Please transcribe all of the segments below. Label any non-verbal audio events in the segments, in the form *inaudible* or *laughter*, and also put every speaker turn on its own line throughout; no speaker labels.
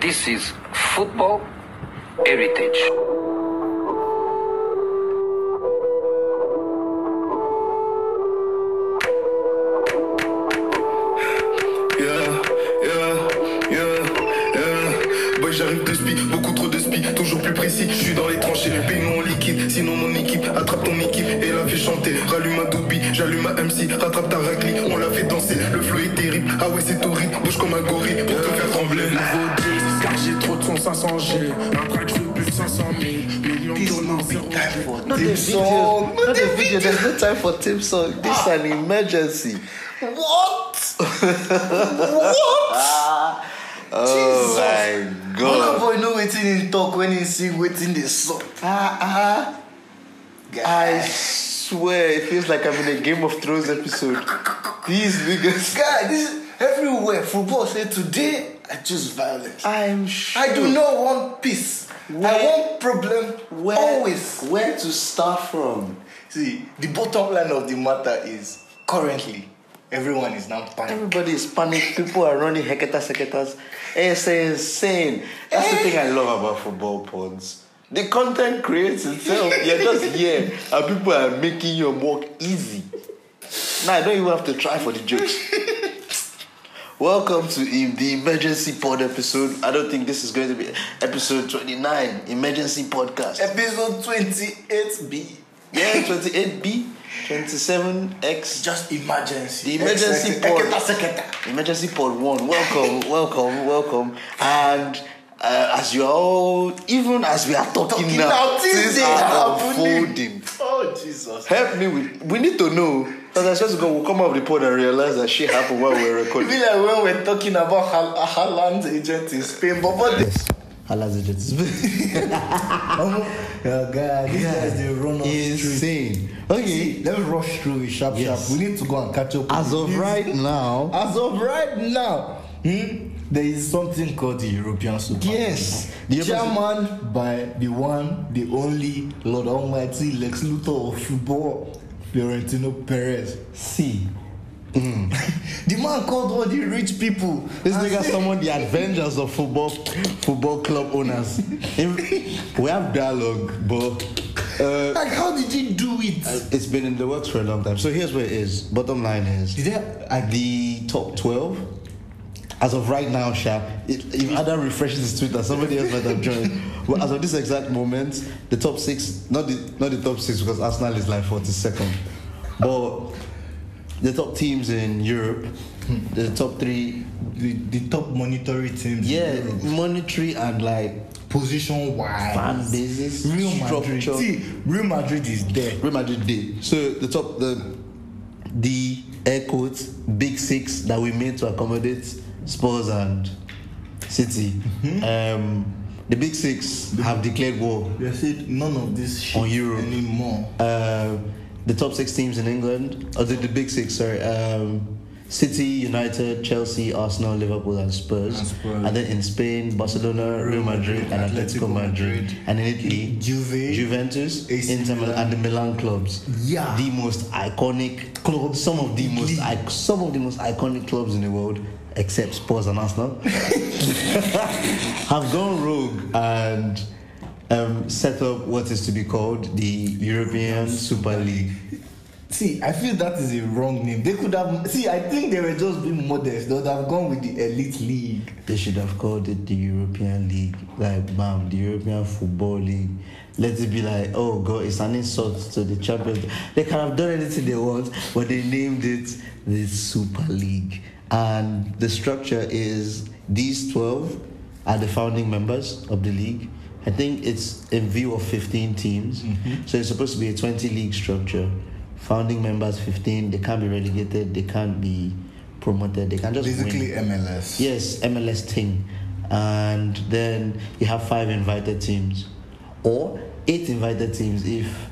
This is football heritage.
Yeah, yeah, yeah, yeah. Boy, j'arrive de spi, beaucoup trop de spi, toujours plus précis. Je suis dans les tranchées, paye mon liquide. Sinon, mon équipe attrape ton équipe et la fait chanter. Rallume un doobie, j'allume ma MC, rattrape ta raclie. On la fait danser, le flow est terrible. Ah ouais, c'est horrible, bouge comme un gorille pour te faire trembler.
Nouveau deal, car j'ai trop de son 500G. Un track, je veux plus de 500 000. Millions de tournants, zéro G.
Not a video. Not a video. There's no time for team song. This is an emergency. What? what? Oh my
Mwen
god.
boy know wetin he talk when he sing wetin dey sup.
Ah ah. I swear, it feels like I'm in a Game of Thrones episode. These niggas.
Guy, this is everywhere. Football say today I choose violence.
I'm sure.
I do not want peace. I
Where-
want problem
Where,
always.
Where to start from?
See, the bottom line of the matter is currently everyone is now panicking.
Everybody is panicked. People are running hecata seketas. It's insane. That's the thing I love about football pods. The content creates itself. You're just here, and people are making your work easy. Now I don't even have to try for the jokes. Welcome to e- the emergency pod episode. I don't think this is going to be episode 29, emergency podcast.
Episode 28B.
yeah, 28B, 27X.
Just emergency.
The emergency
Ex- ex-
pod.
Eketa seketa.
Emergency Pod 1, welcome, *laughs* welcome, welcome. And uh, as you are all, even as we are talking,
Talking
now,
now,
things
things
are
are happening.
unfolding.
Oh, Jesus.
Help me with, we need to know. Because I suppose we'll come out of the pod and realize that shit happened while we were
It
recording.
be like when we're talking about Hal- Haaland's agent in Spain, but what the
Allah's agents. *laughs*
Oh God, these guys they run off street.
Insane. Okay.
See, Let's rush through it sharp,
Yes.
sharp. We need to go and catch up.
As
with
of
this.
right now,
as of right now, hmm, there is something called the European Super.
Yes. The
League.
European
chairman by the one, the only Lord Almighty Lex Luthor of football, Florentino Perez. See. *laughs* the man called all the rich people.
this
and
nigga
*laughs* said-
summoned the adventures of football football club owners. we have dialogue, but uh,
Like, how did he do it?
It's been in the works for a long time. So here's what it is. Bottom line is
Did they-
at the top twelve. As of right now, Sha, if if Adam refreshes his Twitter, somebody else might have joined. but as of this exact moment, the top six, not the not the top six, because Arsenal is like forty second, but the top teams in Europe, the top three,
the, the top monetary teams. in
yeah,
Europe.
monetary and like
position wise.
Fan bases,
Real Madrid.
structure.
See, Real Madrid is there.
Real Madrid did. So the top the the air quotes big six that we made to accommodate Spurs and City.
Mm-hmm.
Um, the big six have declared war.
They said none of this shit
On Europe.
anymore.
Uh, the top six teams in England, or the, the big six, sorry. Um, City, United, Chelsea, Arsenal, Liverpool, and Spurs.
And Spurs.
then in Spain, Barcelona, Real Madrid, and Atletico,
Atletico
Madrid.
Madrid.
And in Italy,
Juve.
Juventus,
AC
Inter Milan, and the Milan clubs.
Yeah.
The most iconic clubs, some of the most ic- some of the most iconic clubs in the world, except Spurs and
*laughs*
Arsenal, have gone rogue and um, set up what is to be called the European Super League.
See, I feel that is a wrong name. They could have. See, I think they were just being modest. They would have gone with the elite league.
They should have called it the European League, like bam, the European Football League. Let it be like, oh god, it's an insult to the champions. They can have done anything they want, but they named it the Super League. And the structure is these 12 are the founding members of the league. I think it's in view of 15 teams. So it's supposed to be a 20 league structure. Founding members 15, they can't be relegated, they can't be promoted, they can just win.
Basically, MLS.
Yes, MLS thing. And then you have five invited teams. Or eight invited teams if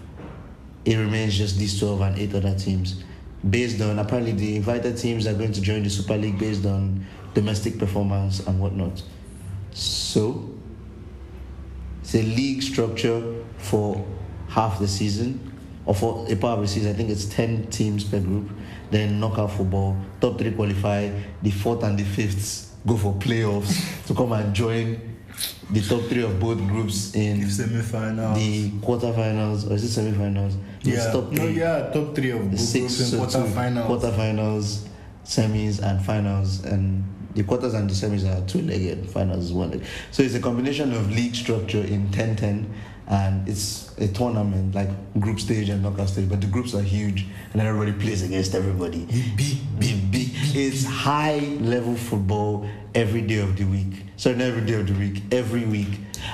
it remains just these 12 and eight other teams. Based on, apparently, the invited teams are going to join the Super League based on domestic performance and whatnot. So, it's a league structure for half the season or for a part of the season. I think it's 10 teams per group. Then knockout football, top three qualify, the fourth and the fifth go for playoffs *laughs* to come and join the top three of both groups in
If semi-final.
the quarterfinals or is it semi-finals? No, it's
yeah.
top
No,
three.
yeah, top three of
The
both
six
groups in
so two
quarterfinals.
quarterfinals, semis, and finals. And the quarters and the semis are two-legged. Finals is one-legged. So it's a combination of league structure in 10-10, and it's a tournament like group stage and knockout stage. But the groups are huge, and then everybody plays against everybody. Big, big, big. It's high-level football every day of the week. Sorry, not every day of the week. Every week.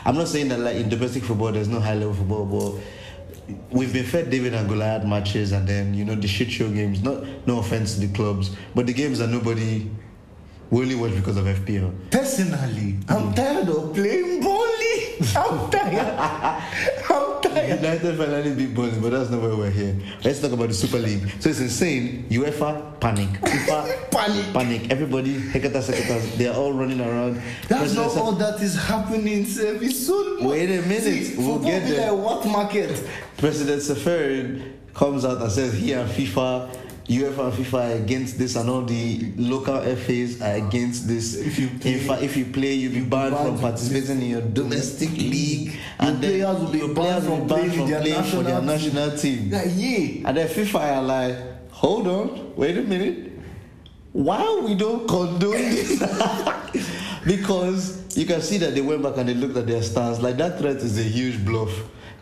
I'm not saying that like in domestic football there's no high-level football, but We've been fed David and Goliath matches and then, you know, the shit show games. Not, no offense to the clubs, but the games that nobody will only watch because of FPL.
Personally,
Mm.
I'm tired of playing volley. I'm tired.
*laughs*
I'm tired.
United finally beat Burnley, but that's not why we're here. Let's talk about the Super League. So it's insane. UEFA,
*laughs*
panic. FIFA,
Panic.
Panic. Everybody, hekata sekata, they're all running around.
That's not
President-
all that is happening, sir. It's so much.
Wait a minute,
See,
we'll
football
get
be
there.
like what market?
President Safarin comes out and says he and FIFA, UEFA and FIFA are against this, and all the local FAs are against this.
If you play-
in fact, if you play, you'll be banned
banned
from
from
participating in your domestic league, and then
players will be
your
banned
players will
from
be
playing with their
for their
national
national team.
Like, yeah.
And then FIFA are like, hold on, wait a minute. Why we don't condone this? *laughs* because you can see that they went back and they looked at their stars. Like that threat is a huge bluff.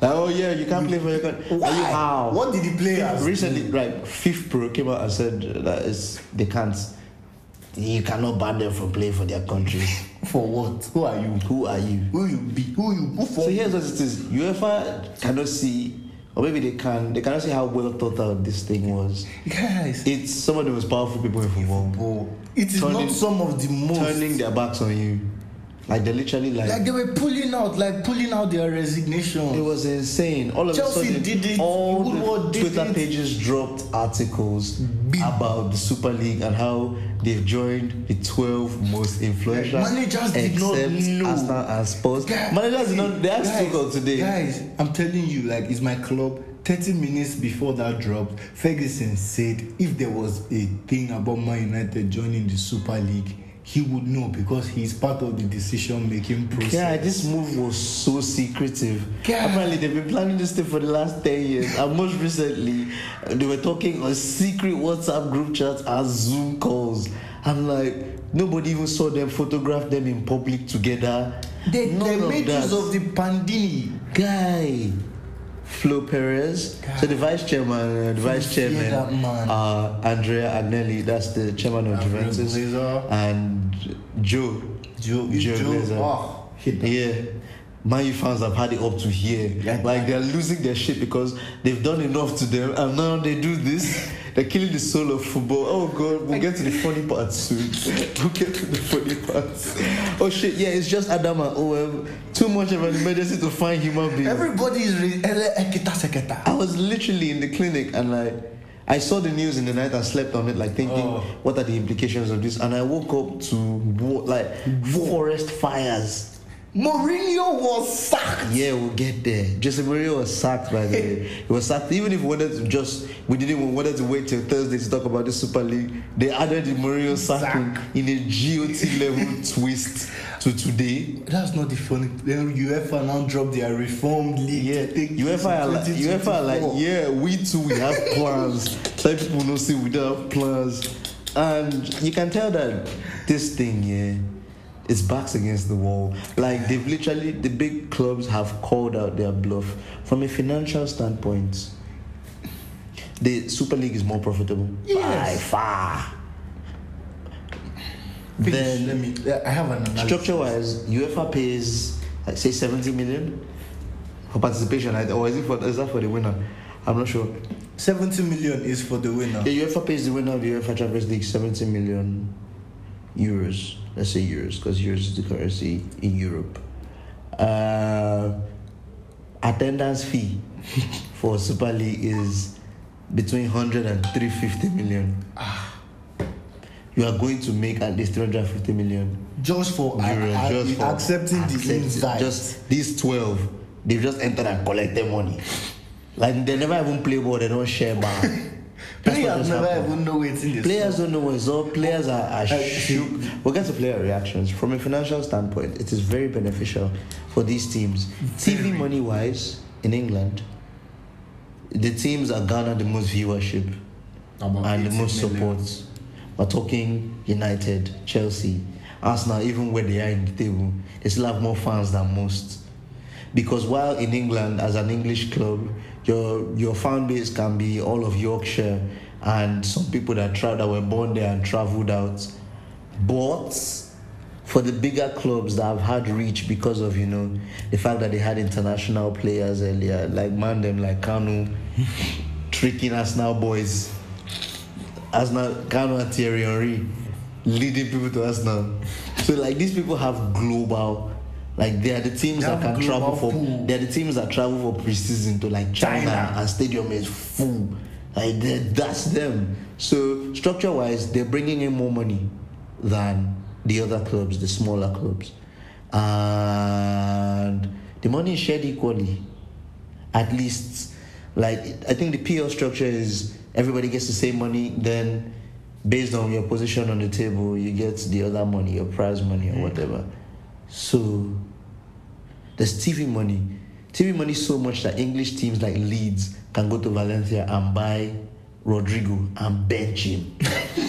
Like, oh yeah, you can't play for your country. Are you
Why?
how?
What did the players
recently? Right, Fifth Pro came out and said that it's, they can't. You cannot ban them from playing for their country.
For what? Who are you?
Who are you?
Who you be? Who you? Who for?
So here's what it is: UEFA cannot see, or maybe they can. They cannot see how well thought out this thing was.
Guys,
It's some of the most powerful people in football.
bro, it is
Turning-
not some of the most.
turning their backs on you. Like they're literally like,
like they were pulling out, like pulling out their resignation.
it was insane. All of
Chelsea
a sudden,
did it,
all
Woodward
the
did
Twitter
it.
pages dropped articles about the Super League and how they've joined the 12 most influential.
Managers did not
except
know.
Arsenal and Spurs.
Guys,
Managers did not. They asked
guys,
Tuchel today.
Guys, I'm telling you, like, it's my club. 30 minutes before that drop, Ferguson said if there was a thing about Man United joining the Super League, he would know because he's part of the decision making process.
Yeah, this move was so secretive.
God.
Apparently, they've been planning this thing for the last 10 years. and most recently, they were talking on secret WhatsApp group chats and Zoom calls. I'm like, nobody even saw them photograph them in public together.
They,
None
they
of
made
that.
use of the Pandini.
Guy. Flo Perez. So the vice chairman, uh, the vice
fear
chairman,
that man.
uh, Andrea Agnelli, that's the chairman of
Andrea
Juventus,
Glazer.
and Joe.
Joe,
Joe
Joe,
Glazer.
oh, hit that.
Yeah. Man U fans have had it up to here.
Yeah.
Like they're losing their shit because they've done enough to them and now they do this. They're killing the soul of football. Oh god, we'll get to the funny part soon. *laughs* We'll get to the funny part. Oh shit, yeah, it's just Adam and OM. Too much of an emergency to find human beings.
Everybody is re- ele- eketa seketa.
I was literally in the clinic and like I saw the news in the night and slept on it, like thinking,
Oh.
what are the implications of this? And I woke up to wo- like forest fires.
Mourinho was sacked.
Yeah, we'll get there. Jose Mourinho was sacked, by the way. He was sacked. Even if we wanted to just, we didn't even wanted to wait till Thursday to talk about the Super League. They added the Mourinho sacking in a GOT level twist to today.
That's not the funny. Then UEFA now dropped their reformed league.
Yeah,
to take place
UEFA are
in
like, UEFA are like,
2024.
yeah, we too we have plans. Some people don't say we don't have plans, and you can tell that this thing, yeah, its backs against the wall. Like they've literally, the big clubs have called out their bluff from a financial standpoint. The Super League is more profitable by
Yes.
far.
Finish,
Then-
let me. I have an analysis.
Structure wise, UEFA pays like say 70 million for participation, right? or is it for is that for the winner? I'm not sure.
70 million is for the winner.
The UEFA pays the winner of the UEFA Champions League 70 million euros. Let's say euros, because euros is the currency in Europe. Uh, attendance fee *laughs* for Super League is between 100 and 350 million. You are going to make at least 350 million
Just for, I-
Euros
I-
just for
accepting the
accepting-
invite.
Just these twelve,
*laughs*
they've just entered and collected money. Like they never even play ball, they don't share bar. That's what
Players
just
never
happened.
even know it's in the
Players don't know what's up. Players are, are shook. We'll get to player reactions. From a financial standpoint, it is very beneficial for these teams. TV money wise, in England, the teams that garner the most viewership
About
and the
18
most
million.
support. We're talking United, Chelsea, Arsenal, even where they are in the table, they still have more fans than most. Because while in England, as an English club, your your fan base can be all of Yorkshire and some people that tra- that were born there and travelled out. But for the bigger clubs that have had reach because of you know the fact that they had international players earlier, like man them like Kanu, tricking us now boys. Arsenal Kano and Thierry Henry leading people to Arsenal. So like these people have global like they are the teams
They
that
have
can travel
global
for
pool.
they are the teams that travel for preseason to like China,
China.
and stadium is full. Like they- that's them. So structure wise they're bringing in more money than the other clubs, the smaller clubs. And the money is shared equally at least like I think the PL structure is everybody gets the same money then based on your position on the table you get the other money your prize money or whatever so there's TV money TV money is so much that English teams like Leeds can go to Valencia and buy Rodrigo and bench him *laughs*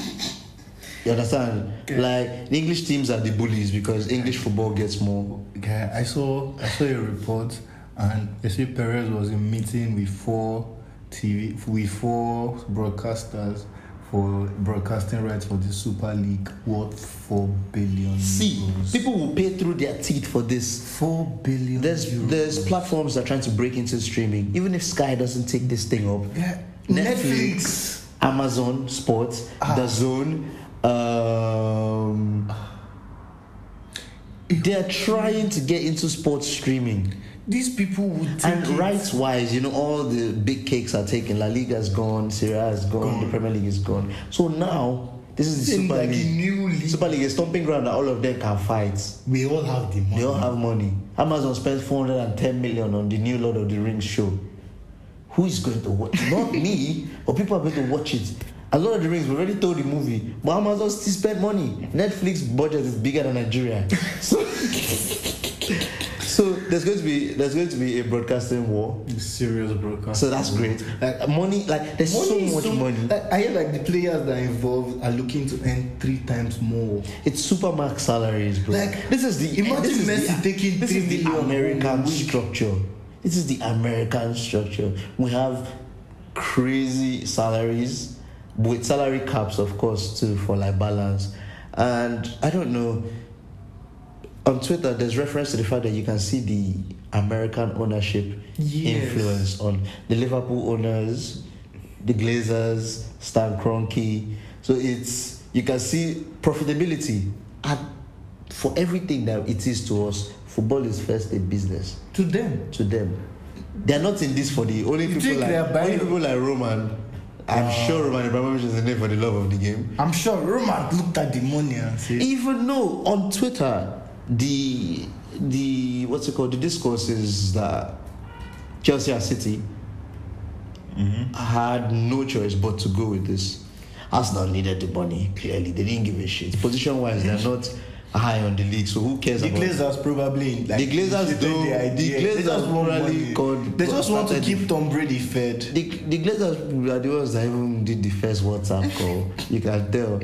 you understand like the English teams are the bullies because English football gets more
Guy, I saw I saw a report and they say Perez was in meeting with four TV with four broadcasters for broadcasting rights for the Super League worth four billion.
see
euros.
people will pay through their teeth for this
four billion.
There's
euros.
there's platforms that are trying to break into streaming. Even if Sky doesn't take this thing up,
Yeah. Netflix. Ah.
Amazon Sports, The Zone, um, they're trying to get into sports streaming.
These people would take
And
it.
rights wise, you know, all the big cakes are taken. La Liga's gone, Syria is gone, the Premier League is gone. So now this is the
Seems
Super
like a
League.
new league.
Super League is stomping ground that all of them can fight.
We all have the money.
They all have money. Amazon spent 410 million on the new Lord of the Rings show. Who is going to watch? Not me, but people are going to watch it. And Lord of the Rings, we already told the movie, but Amazon still spent money. Netflix budget is bigger than Nigeria. *laughs* So, so there's going to be there's going to be a broadcasting war.
serious broadcast.
So that's great. Like money, like there's so
is
much money.
Like, I hear like the players that are involved are looking to earn three times more.
It's supermax salaries, bro.
Like,
this is the
imagine
this is
Messi taking
this
three
is the
million home
American
a week.
structure. This is the American structure. We have crazy salaries with salary caps, of course, too, for like balance. And I don't know. On Twitter, there's reference to the fact that you can see the American ownership
Yes.
influence on the Liverpool owners, the Glazers, Stan Kroenke. So it's you can see profitability at, for everything that it is to us. Football is first a business
To them.
to them. They're not in this for the only
think
people like
they are buying-
only people like Roman. I'm sure Roman Abramovich is in it for the love of the game.
I'm sure Roman looked at the money and said,
Even though on Twitter, the the what's it called? The discourse is that Chelsea and City
Mm-hmm.
had no choice but to go with this. Arsenal needed the money. Clearly, they didn't give a shit. Position wise, they're not high on the league, so who cares
The
about
Glazers probably like
The Glazers
initiated
don't-
the idea.
the
they
Glazers
just want
probably
money.
called-
They just want to
started-
keep Tom Brady fed.
the, the Glazers are the ones that even did the first WhatsApp call. You can tell.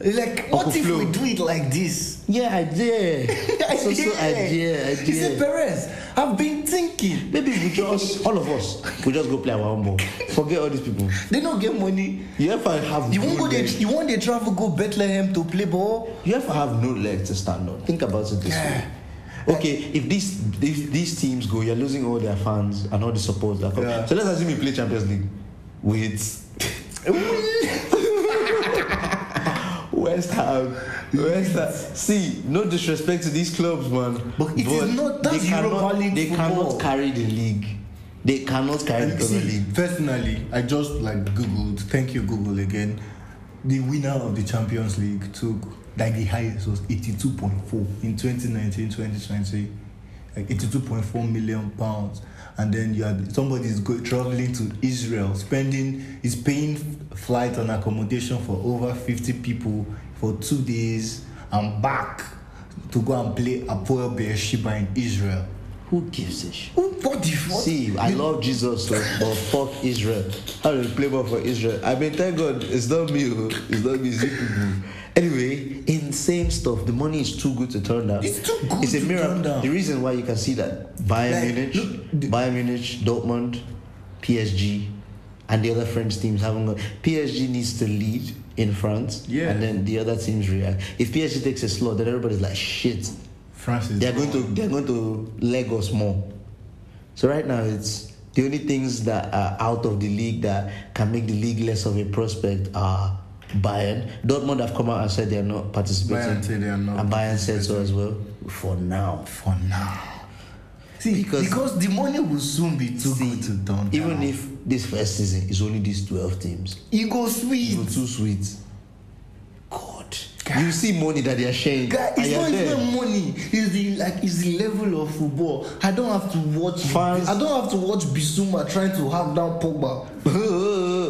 Like, what
Uncle
if
Flo.
we do it like this?
Yeah, I
*laughs*
did. so, so I did. I
He
did.
said, Perez, I've been thinking.
Maybe we just, all of us, we just go play our own ball. Forget all these people.
They don't get money.
You ever have
You won't
no
go there.
leg,
You want the travel go Bethlehem to play ball?
you ever have no leg to stand on. Think about it this way. Okay, if these if these teams go, you're losing all their fans and all the support that come.
Yeah.
So let's assume we play Champions League with *laughs* West Ham. West Ham. See, no disrespect to these clubs, man.
But it is not- that's
they
Europa
cannot,
League
They
football.
cannot carry the league. They cannot carry the Premier
See,
league.
personally, I just like googled. Thank you, Google again. The winner of the Champions League took like the highest was 82.4 in 2019-2020, like 82.4 million pounds. And then you had somebody's go, traveling to Israel, spending is paying flight and accommodation for over 50 people for two days and back to go and play Apoel Beersheba in Israel.
Who gives a shit?
Who- What the fuck?
See, I love Jesus, so, but fuck Israel. How do play ball for Israel? I mean, thank God, it's not me. oh. It's not me. It's you people. Anyway, insane stuff. The money is too good to turn down.
It's too good
It's a
to
miracle.
turn down.
The reason why you can see that Bayern
Like,
Munich,
look, the-
Bayern Munich, Dortmund, PSG, and the other French teams haven't got. PSG needs to lead in France,
Yeah.
and then the other teams react. If PSG takes a slot, then everybody's like, shit,
France is
they're going to they're going to leg us more. So right now it's the only things that are out of the league that can make the league less of a prospect are Bayern. Dortmund have come out and said they're not participating.
Bayern said they are not
and Bayern said so as well. For now.
for now. See,
Because-
because, the money will soon be too
See,
good to turn down.
Even if this first season is only these 12 teams,
ego sweet,
it's too sweet. God. You see money that they are sharing.
guy,
and
it's
you're
not
there.
even money. It's the like, it's the level of football. I don't have to watch.
Fans-
I don't have to watch Bissouma trying to have down
*laughs*
Pogba.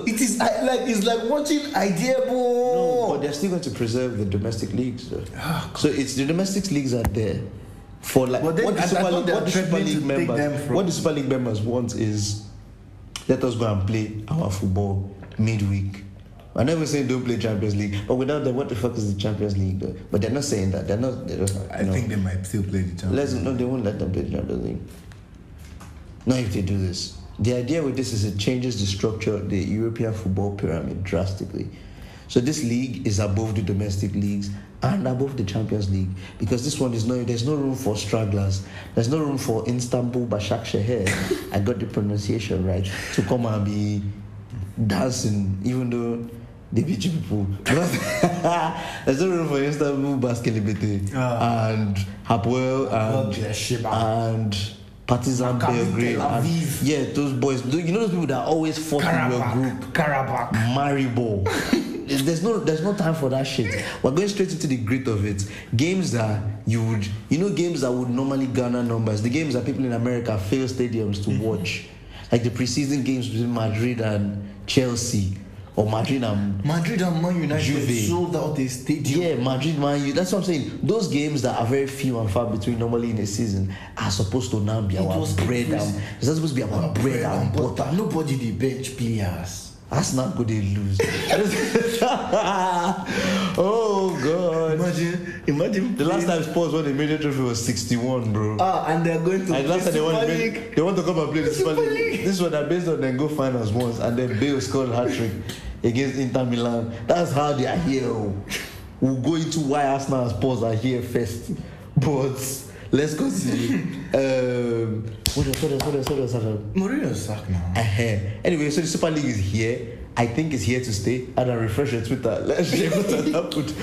it is I, like it's like watching Ideabo. Oh.
No, but they're still going to preserve the domestic leagues. Though.
Ah,
so it's the domestic leagues are there for like
But then
what the
I- I
Super
thought
League,
they are
what the Super
threatening to
League
take
members,
them from-
what the Super League members want is let us go and play our football midweek. I never saying don't play Champions League, but without them, what the fuck is the Champions League? Though? But they're not saying that. They're not. They're not
I
no.
think they might still play the Champions.
Let's no, they won't let them play the Champions League. Not if they do this. The idea with this is it changes the structure of the European football pyramid drastically. So this league is above the domestic leagues and above the Champions League because this one is no there's no room for stragglers. There's no room for Istanbul Başakşehir. I got the pronunciation right to come and be dancing even though they beat you people. *laughs* there's no room for Istanbul Başakşehir
Ah.
and Hapoel and
Beersheba.
and Partizan
Maccabi
Belgrade.
Tel
and-
Aviv.
yeah, those boys. tho- You know those people that are always fought in your group.
Karabakh. Karabakh. *laughs*
Maribor. there's no there's no time for that shit. We're going straight into the grit of it. Games that you would you know games that would normally garner numbers. The games that people in America fail stadiums to
Mm-hmm.
watch. Like the preseason games between Madrid and Chelsea or Madrid and
Madrid and Man United
Juve.
sold out the stadium.
yeah, Madrid, man, you, that's what I'm saying. Those games that are very few and far between normally in a season are supposed to now be our
was
bread and
impressive.
it's not supposed to be our bread and butter.
Nobody the bench players.
That's not good. They lose. *laughs* oh god.
Imagine, imagine.
The last time Spurs won the major trophy was 61, bro.
Ah, and they're going to
and last time they want,
Super
to,
League.
they want to come and play the Super
Super
League. This one are based on them go finals once, and then Bale scored hat trick against Inter Milan. That's how they are here. oh. We'll go into why Arsenal and Spurs are here first, but let's continue. um, what else? What else? What else? What else? happened?
Mourinho sack now.
Uh-huh. Anyway, so the Super League is here. I think it's here to stay. And I refresh your Twitter. Let's check what *laughs* has happened.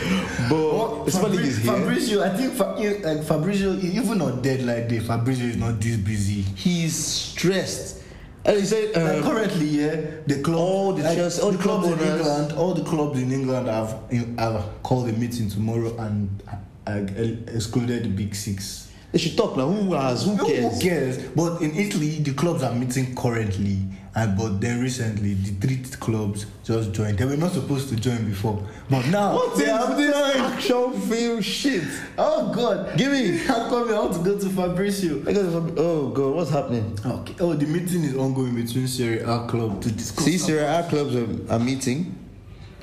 But the Super League is here.
Fabrizio, I think Fa- you- like Fabrizio, e, even on deadline day, Fabrizio is not this busy.
He's stressed. And he said,
Like
um,
currently, yeah, the club,
All the
like,
Chelsea- all the club
clubs in
owners.
England, all the clubs in England have, have called a meeting tomorrow and uh, excluded the big six.
they should talk now. Who has? Who
Who
cares?
cares? But in Italy, the clubs are meeting currently, and but then recently the three clubs just joined. They were not supposed to join before, but now
What
they
is
have
this
joined.
action film shit?
Oh God!
Give me.
I'm coming. I want to go to Fabrizio.
I got some- Oh god, what's happening?
Okay. Oh, the meeting is ongoing between Serie A club to discuss.
See, Serie A clubs are, are meeting,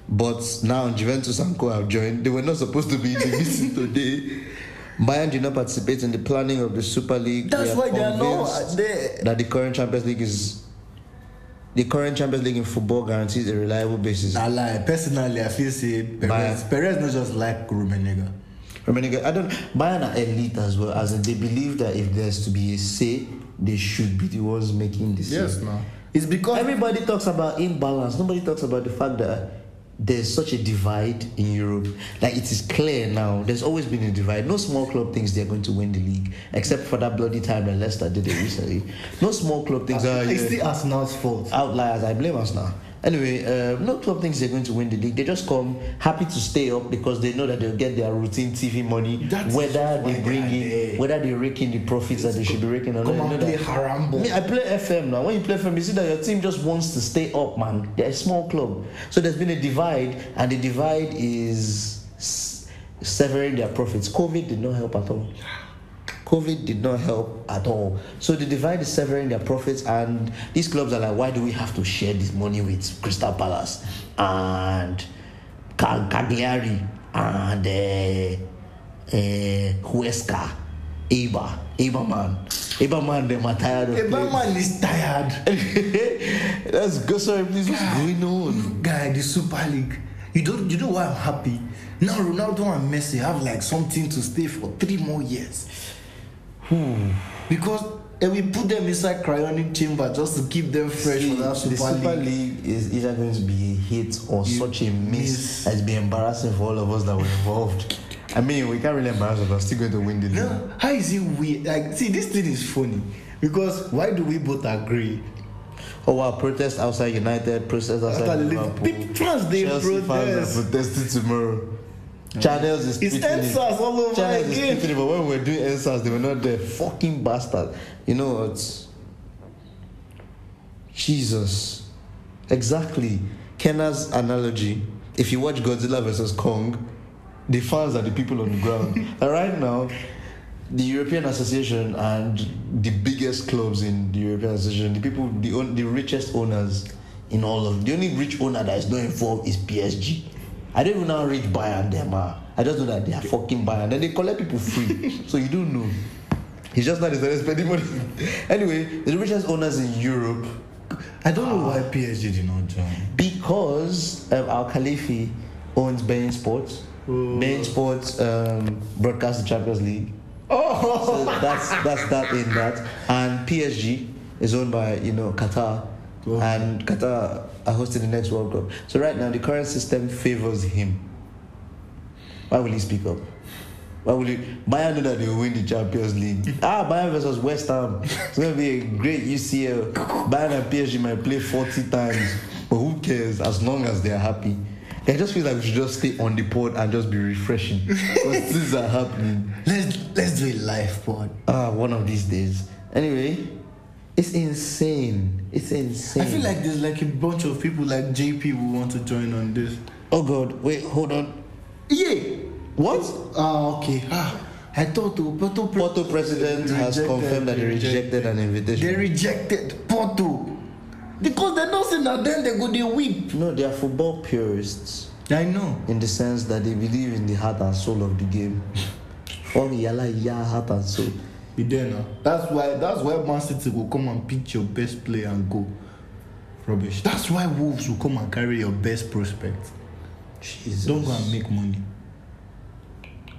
but now Juventus and Co have joined. They were not supposed to be *laughs* in the meeting today. Bayern did not participate in the planning of the Super League.
That's
We
why they are
convinced
not there.
That the current Champions League is. The current Champions League in football guarantees a reliable basis.
I lie. Personally, I feel say Perez.
Bayern.
Perez not just like Rummenigge.
Remember, I don't. Bayern are elite as well, as in they believe that if there's to be a say, they should be the ones making the say.
man. It's because
Everybody talks about imbalance. Nobody talks about the fact that there's such a divide in Europe. Like it is clear now. There's always been a divide. No small club thinks they're going to win the league, except for that bloody time that *laughs* Leicester did it recently. No small club thinks. "Ah,
it's
yeah."
the Arsenal's fault.
Outliers, I blame us now. Anyway, uh, no club thinks they're going to win the league. They just come happy to stay up because they know that they'll get their routine TV money,
That is
whether
why
they bring
they are
in,
there.
whether they rake in the profits that they should be raking. or not.
Come
You know
and
that-
play haram ball.
Me, I play FM now. When you play FM, you see that your team just wants to stay up, man. They're a small club. So there's been a divide, and the divide is s- severing their profits. COVID did not help at all. COVID did not help at all. So the divide is severing their profits, and these clubs are like, why do we have to share this money with Crystal Palace and Ca- Cagliari and uh, uh, Huesca, Eba, Eberman, Eberman? They are tired of
Eba
playing.
man is tired.
*laughs* Let's go, sorry, please. What's going on?
Guy, the Super League. You don't you know why I'm happy? Now Ronaldo and Messi have like something to stay for three more years.
Hmm.
Because and we put them inside cryonic chamber just to keep them fresh for that Super,
the Super
League.
League is either going to be a hit or such a miss
miss.
that it's been embarrassing for all of us that were involved. I mean, we can't really embarrass us. We're still going to win the league.
No, how is it weird? Like, see, this thing is funny because why do we both agree?
Oh wow! Protest outside United. Protest outside
After the league,
Liverpool.
people- France, they
Chelsea fans are
protest.
protesting tomorrow. Channels is
It's
speaking it.
NSAS all over
Channels is
again.
speaking it, but when we were doing NSAS, they were not there. Fucking bastard. You know what? Jesus. Exactly. Kenna's analogy. If you watch Godzilla versus Kong, the fans are the people on the ground. and right now, the European Association and the biggest clubs in the European Association, the people, the own, the richest owners in all of the only rich owner that is not involved is PSG. I don't even know how rich Bayern them are. I just know that they are fucking Bayern. Then they collect people free, so you don't know. He's just not decided spending money. *laughs* anyway, the richest owners in Europe
I don't
Ah.
know why PSG did not join.
because um, Al Khalifi owns Bein Sports. Bein Sports um, broadcasts the Champions League. Oh, so that's that's that in that. And PSG is owned by you know Qatar, and Qatar are hosting the next World Cup. So right now the current system favors him. Why will he speak up? Why will he? Bayern know that they will win the Champions League. ah, Bayern versus West Ham. It's going to be a great UCL. Bayern and PSG might play 40 times, but who cares as long as they're happy? I just feel like we should just stay on the pod and just be refreshing because things are happening.
Let's let's do a live pod.
Ah, one of these days. Anyway, it's insane. It's insane.
I feel like there's like a bunch of people like JP who want to join on this.
Oh God! Wait, hold on.
Yeah.
What?
Ah, okay. Ah, I thought the Porto, pre-
Porto president has
Rejected,
confirmed that he rejected an invitation.
They rejected Porto because they're not saying that then they go they weep.
No, they are football purists
I know.
in the sense that they believe in the heart and soul of the
*laughs*
game. Oh, All yala ya heart and soul.
Be there now. That's why. That's why Man City will come and pick your best player and go. Rubbish. That's why Wolves will come and carry your best prospect.
Jesus.
Don't go and make money.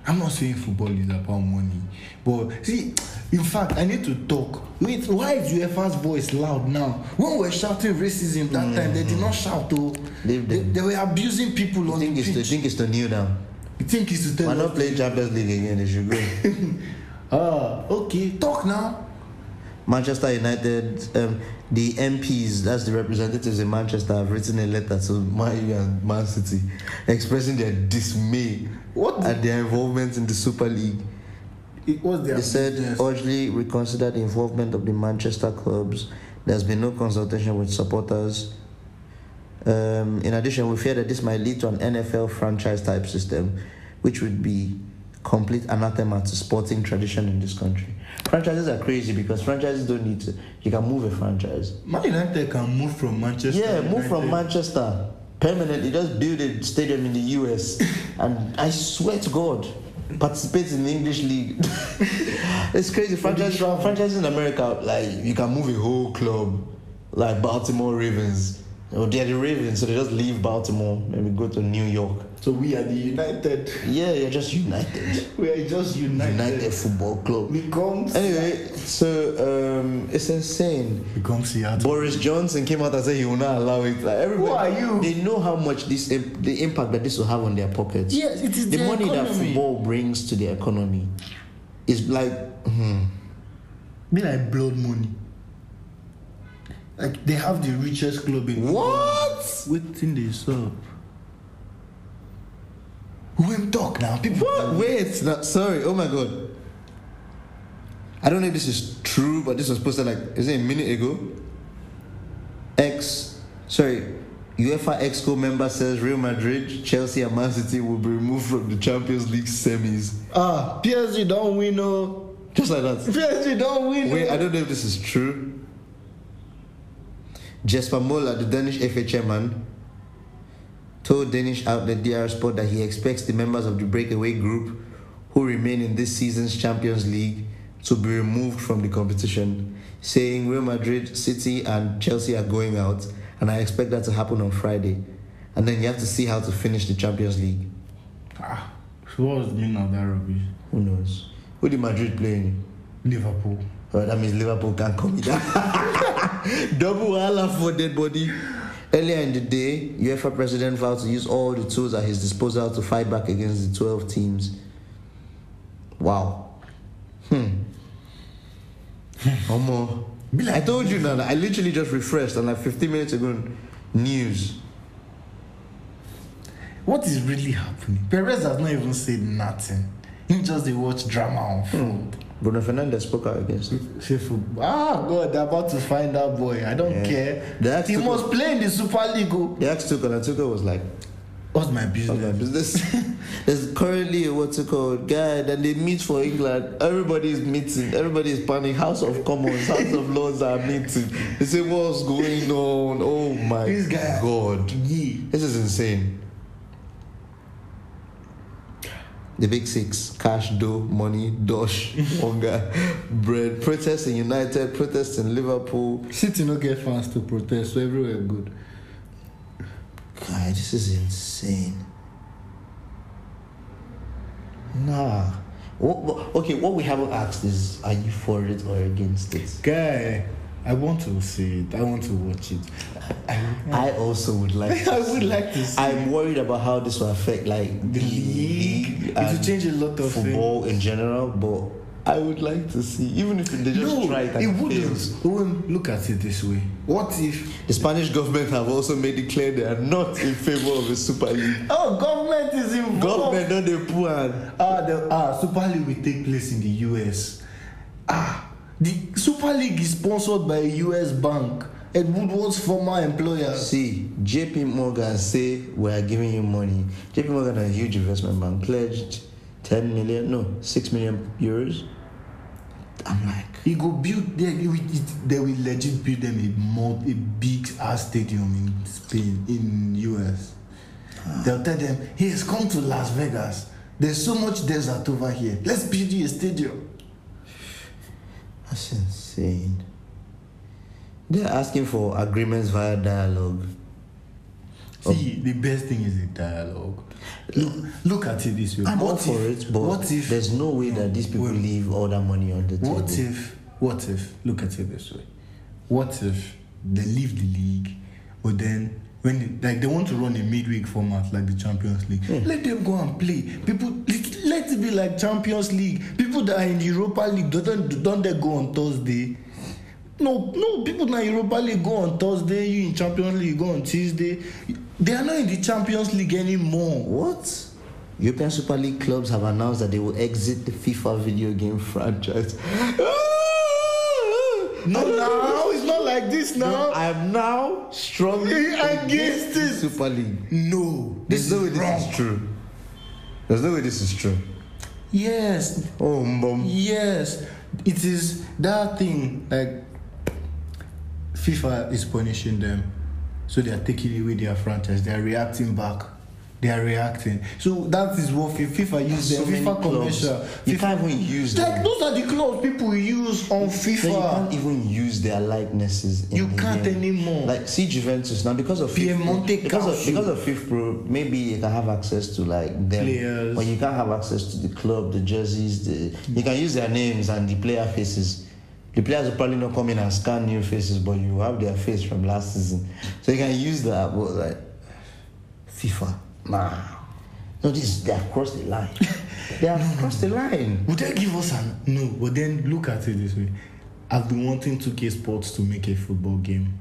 I'm not saying football is about money, but see, in fact, I need to talk. Wait, why is UEFA's voice loud now? When we were shouting racism that time, they did not shout. Oh,
Mm. Leave
they,
them.
they were abusing people on
I think
the
it's to
pitch.
think it's to kneel down.
You think it's to tell
We're
us?
not playing Champions League again. They should go.
Ah, okay, talk now.
Manchester United, um, the MPs, that's the representatives in Manchester, have written a letter to Man U and Man City, expressing their dismay
What the-
at their involvement in the Super League.
It was their
They said "Oh,
business.
urgently reconsider the involvement of the Manchester clubs. There's been no consultation with supporters. Um, in addition, we fear that this might lead to an NFL franchise type system, which would be complete anathema to sporting tradition in this country. Franchises are crazy because franchises don't need to. You can move a franchise.
Man United can move from Manchester.
Yeah, move from
United.
Manchester permanently. Just build a stadium in the
*laughs*
US, and I swear to God, participate in the English league. *laughs* it's crazy. Franchise, franchises in America, like you can move a whole club, like Baltimore Ravens. Oh, they're the Ravens, so they just leave Baltimore and we go to New York.
So we are the United.
Yeah, you're just United.
We are just United.
United Eh. Football
*laughs*
Club.
Becomes
Anyway, so um, it's insane.
become Seattle.
Boris Johnson came out and said he will not allow it. Like everybody,
Who are you?
They know how much this imp- the impact that this will have on their pockets.
Yes, it is
the
their
money that
economy.
football brings to the economy is like hmm,
Be like blood money. Like they have the richest club in
What?
Waiting this up. Women talk now. People
What? Wait, no, sorry. Oh my god. I don't know if this is true, but this was posted like is it a minute ago? Ex, sorry, UEFA Exco member says Real Madrid, Chelsea, and Man City will be removed from the Champions League semis.
Ah, PSG don't win oh. no.
Just like that.
PSG don't win. oh.
Wait, I don't know if this is true. Jesper Mola, the Danish FA chairman, told Danish outlet DR Sport that he expects the members of the breakaway group who remain in this season's Champions League to be removed from the competition, saying Real Madrid, City, and Chelsea are going out, and I expect that to happen on Friday. And then you have to see how to finish the Champions League.
Ah, what was the meaning of that rubbish?
Who knows? Who did Madrid play in?
Liverpool.
Oh, that means Liverpool can come in. *laughs* Double Allah for dead body. Earlier in the day, UEFA president vowed to use all the tools at his disposal to fight back against the 12 teams. Wow. Hmm. Omo. I told you now. I literally just refreshed and like 15 minutes ago, news.
What is really happening? Perez has not even said nothing. He just they watch drama
Hmm.
on
Bruno Fernandez spoke out against it.
foot. Say football. Ah, God, they're about to find that boy. I don't
Yeah.
care.
That's
he
too-
must play in the Super League. oh.
They asked Tuchel and Tuchel was like,
What's my
That's my
business?
business. There's currently a what's it called guy that they meet for England. Everybody's meeting. Everybody's planning. House of Commons, House of Lords are meeting. They say what's going on. Oh my
This guy-
god,
Yeah.
this is insane. The big six: cash, dough, money, dosh, *laughs* hunger, bread. Protests in United. Protests in Liverpool.
City no get fans to protest, so everywhere good.
God, this is insane. Nah. What, what, okay, what we haven't asked is are you for it or against it?
Guy, I want to see it. I want to watch it.
I also would *laughs* like
I would like to see
I'm worried about how this will affect like
the league. It will
and
change a lot of
football in general, but I would like to see even if they
things.
just try it and
it
fails.
wouldn't. Owen, look at it this way. What if?
The Spanish government have also made it clear they are not in favor of a super league.
Oh, government is involved.
government don't they put hand.
Ah, the ah, Super League will take place in the US. Ah, the Super League is sponsored by a US bank. Ed Woodward's former employer.
See, JP Morgan say we are giving you money. JP Morgan, a huge investment bank, pledged 10 million, no, 6 million euros. I'm like,
He go build there. He will, it, they will legit build them a mod, a big ass stadium in Spain, in US.
Ah.
They'll tell them, "Hey, it's come to Las Vegas. There's so much desert over here. Let's build you a stadium."
that's insane. They're asking for agreements via dialogue. Oh.
See, the best thing is the dialogue. Look, look at it this way.
I'm all for it, but
what if
there's no way that these people
Wait.
leave all that money on the table.
What if, what if, look at it this way. What if they leave the league, but then when they, like they want to run a midweek format like the Champions League,
Hmm.
let them go and play. People let, let it be like Champions League. People that are in Europa League don't don't they go on Thursday? No, no, people in Europa League go on Thursday, you in Champions League you go on Tuesday. They are not in the Champions League
*laughs*
anymore.
What? European Super League clubs have announced that they will exit the FIFA video game *laughs* franchise.
No, now it's not like this now.
I'm now strongly
Against
the
it.
Super League.
no,
There's no way this
wrong.
is true. There's no way this is true.
Yes,
Oh, mom.
Yes, it is that thing like FIFA is punishing them, so they are taking away their franchise. They are reacting back. They are reacting. So that is what Fi- FIFA uses.
So
them.
many
FIFA
clubs.
commercial.
You
FIFA-
can't even use
Like
them.
those are the clubs people use on
Then you can't
FIFA.
even use their likenesses. In
You
the
can't
game.
anymore.
Like see Juventus now because of
Piemonte
Fifth, because of
Calcio.
because of Fifth Pro, maybe you can have access to like them.
Players.
But you can't have access to the club, the jerseys. The you can use their names and the player faces. The players will probably not come in and scan new faces, but you have their face from last season, so you can use that. But like FIFA, nah. No, this they have crossed the
*laughs*
line. they have crossed the line.
Would they give us an no? But then look at it this way. I've been wanting 2K Sports to make a football game.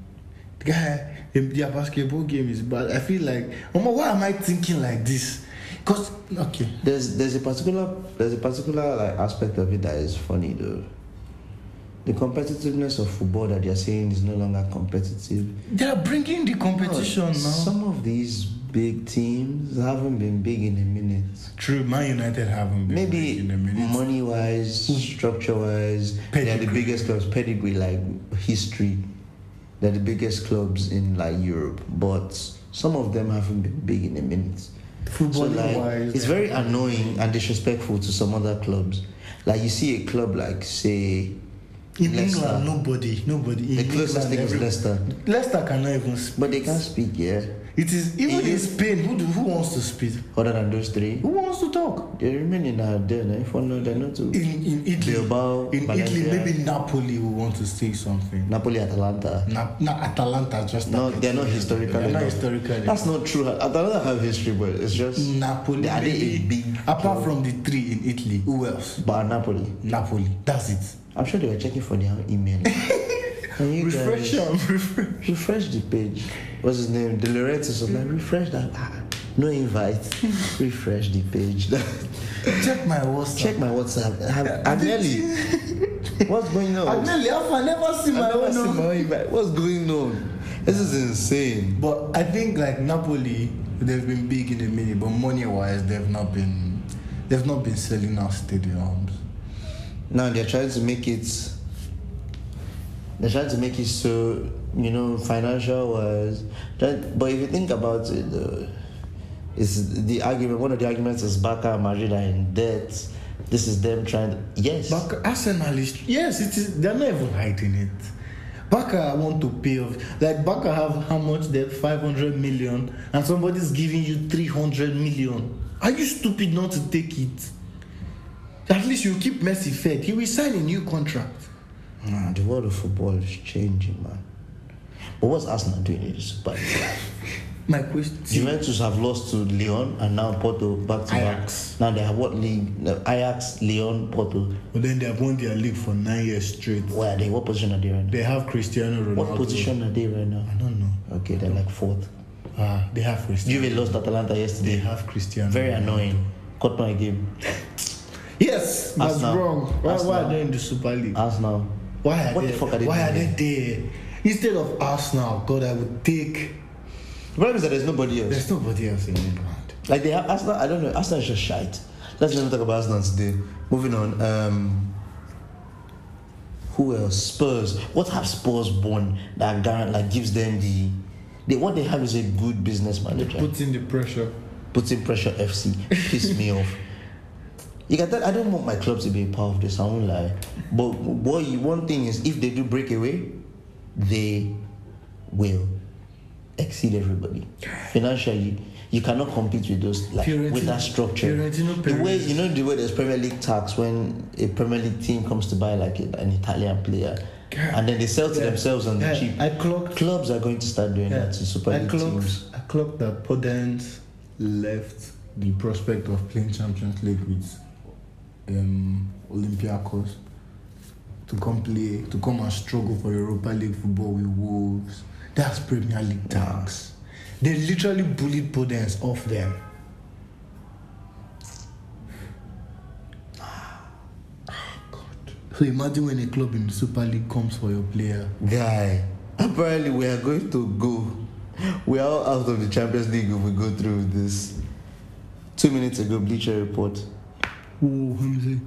The guy, him- their basketball game is bad. I feel like, Omo, why am I thinking like this? Cause, okay.
There's there's a particular there's a particular like aspect of it that is funny though. The competitiveness of football that you're saying is no longer competitive.
They are bringing the competition now.
Some of these big teams haven't been big in a minute.
True, Man United haven't been
Maybe
in a minute. Hmm.
money wise, structure wise, they're the
Pedigree.
biggest clubs, pedigree, like history. They're the biggest clubs in like Europe, but some of them haven't been big in a minute. So
Footballing
like,
wise,
it's very annoying and disrespectful to some other clubs. Like you see a club like say
in
Leicester.
England, nobody, nobody. In
the closest
England,
thing is
every-
Leicester,
Leicester cannot even speak.
but they can't speak, yeah.
It is even
It
in
is-
Spain. Who do, who wants to speak?
Other than those three,
Who wants to talk?
the remaining are there. Now, eh? if one, they're not too.
In in Italy,
Bilbao,
in
Valencia.
Italy, maybe Napoli will want to say something.
Napoli, Atalanta.
Na, na Atalanta just
No,
started.
they're not historical.
They're not
enough.
historical. Mm.
That's not true. Atalanta have history, but it's just
Napoli.
They- Are they a
maybe.
big?
Apart from the three in Italy, who else?
But Napoli,
Napoli. That's it.
I'm sure they were checking for their
*laughs*
email. Can you guys-
Refresh them. Refresh.
refresh the page. What's his name? The Laurentius was like, refresh that. Ah, no
*laughs*
invite. refresh the page. *laughs*
Check my WhatsApp.
Check my WhatsApp.
*laughs*
Have, I've nearly. What's going on?
I nearly have. I never see my
I've never
own.
seen
number.
my own invite. What's going on? This is insane.
But I think like Napoli, they've been big in a minute, but money wise, they've not been, they've not been selling out stadiums.
Now they're trying to make it. They're trying to make it so you know financial wise. That, but if you think about it, though, it's the argument. One of the arguments is Barca and Madrid are in debt. This is them trying. To, yes.
Baka Arsenal is yes, it is. They're not even hiding it. Baka want to pay off. Like Baka have how much debt? Five hundred million, and somebody's giving you three hundred million. Are you stupid not to take it? At least you keep Messi fed. He will sign a new contract.
Man, the world of football is changing, man. But what's Arsenal doing in this Super League?
My question.
Juventus have lost to Lyon and now Porto back to back.
Ajax.
Now they have what league? No, Ajax, Lyon, Porto.
But then they have won their league for nine years straight.
Where are they? What position are they right now?
They have Cristiano Ronaldo.
What position are they right now?
I don't know.
Okay, they're like fourth.
Ah, they have Cristiano.
Juve lost Atalanta
They
yesterday.
have Cristiano.
Very annoying. Caught my game.
Yes, that's
Arsenal.
wrong. Why, why
Arsenal.
are they in the Super League?
Arsenal.
Why are
What
they?
the fuck are they
why
doing
are they there? Instead of Arsenal, God, I would take.
The problem is that there's nobody else.
There's nobody else in England.
Like they have Arsenal. I don't know. Arsenal is just shite. Let's not talk about Arsenal today. Moving on. Um, who else? Spurs. What have Spurs won that guarant like gives them the? They, what they have is a good business manager.
Put in the pressure.
Putting pressure FC piss
*laughs*
me off. You can tell I don't want my club to be a part of this. I won't lie. But what you, one thing is, if they do break away, they will exceed everybody financially. You cannot compete with those like with that
Fiorentino-
structure.
Fiorentino
The way
Perez.
you know the way there's Premier League tax when a Premier League team comes to buy like a- an Italian player, and then they sell to themselves on the
Yeah,
cheap.
I clocked.
Clubs are going to start doing
yeah,
that to Super
I
League
clocked.
teams.
I clocked that Podence left the prospect of playing Champions League with um, Olympiacos to come play to come and struggle for Europa League football with Wolves. That's Premier League tax. They literally bullied Podence off them. Ah, So imagine when a club in the Super League comes for your player.
Guy, apparently we are going to go. We are all out of the Champions League if we go through with this. Two minutes ago, Bleacher Report
Oh, Hamza.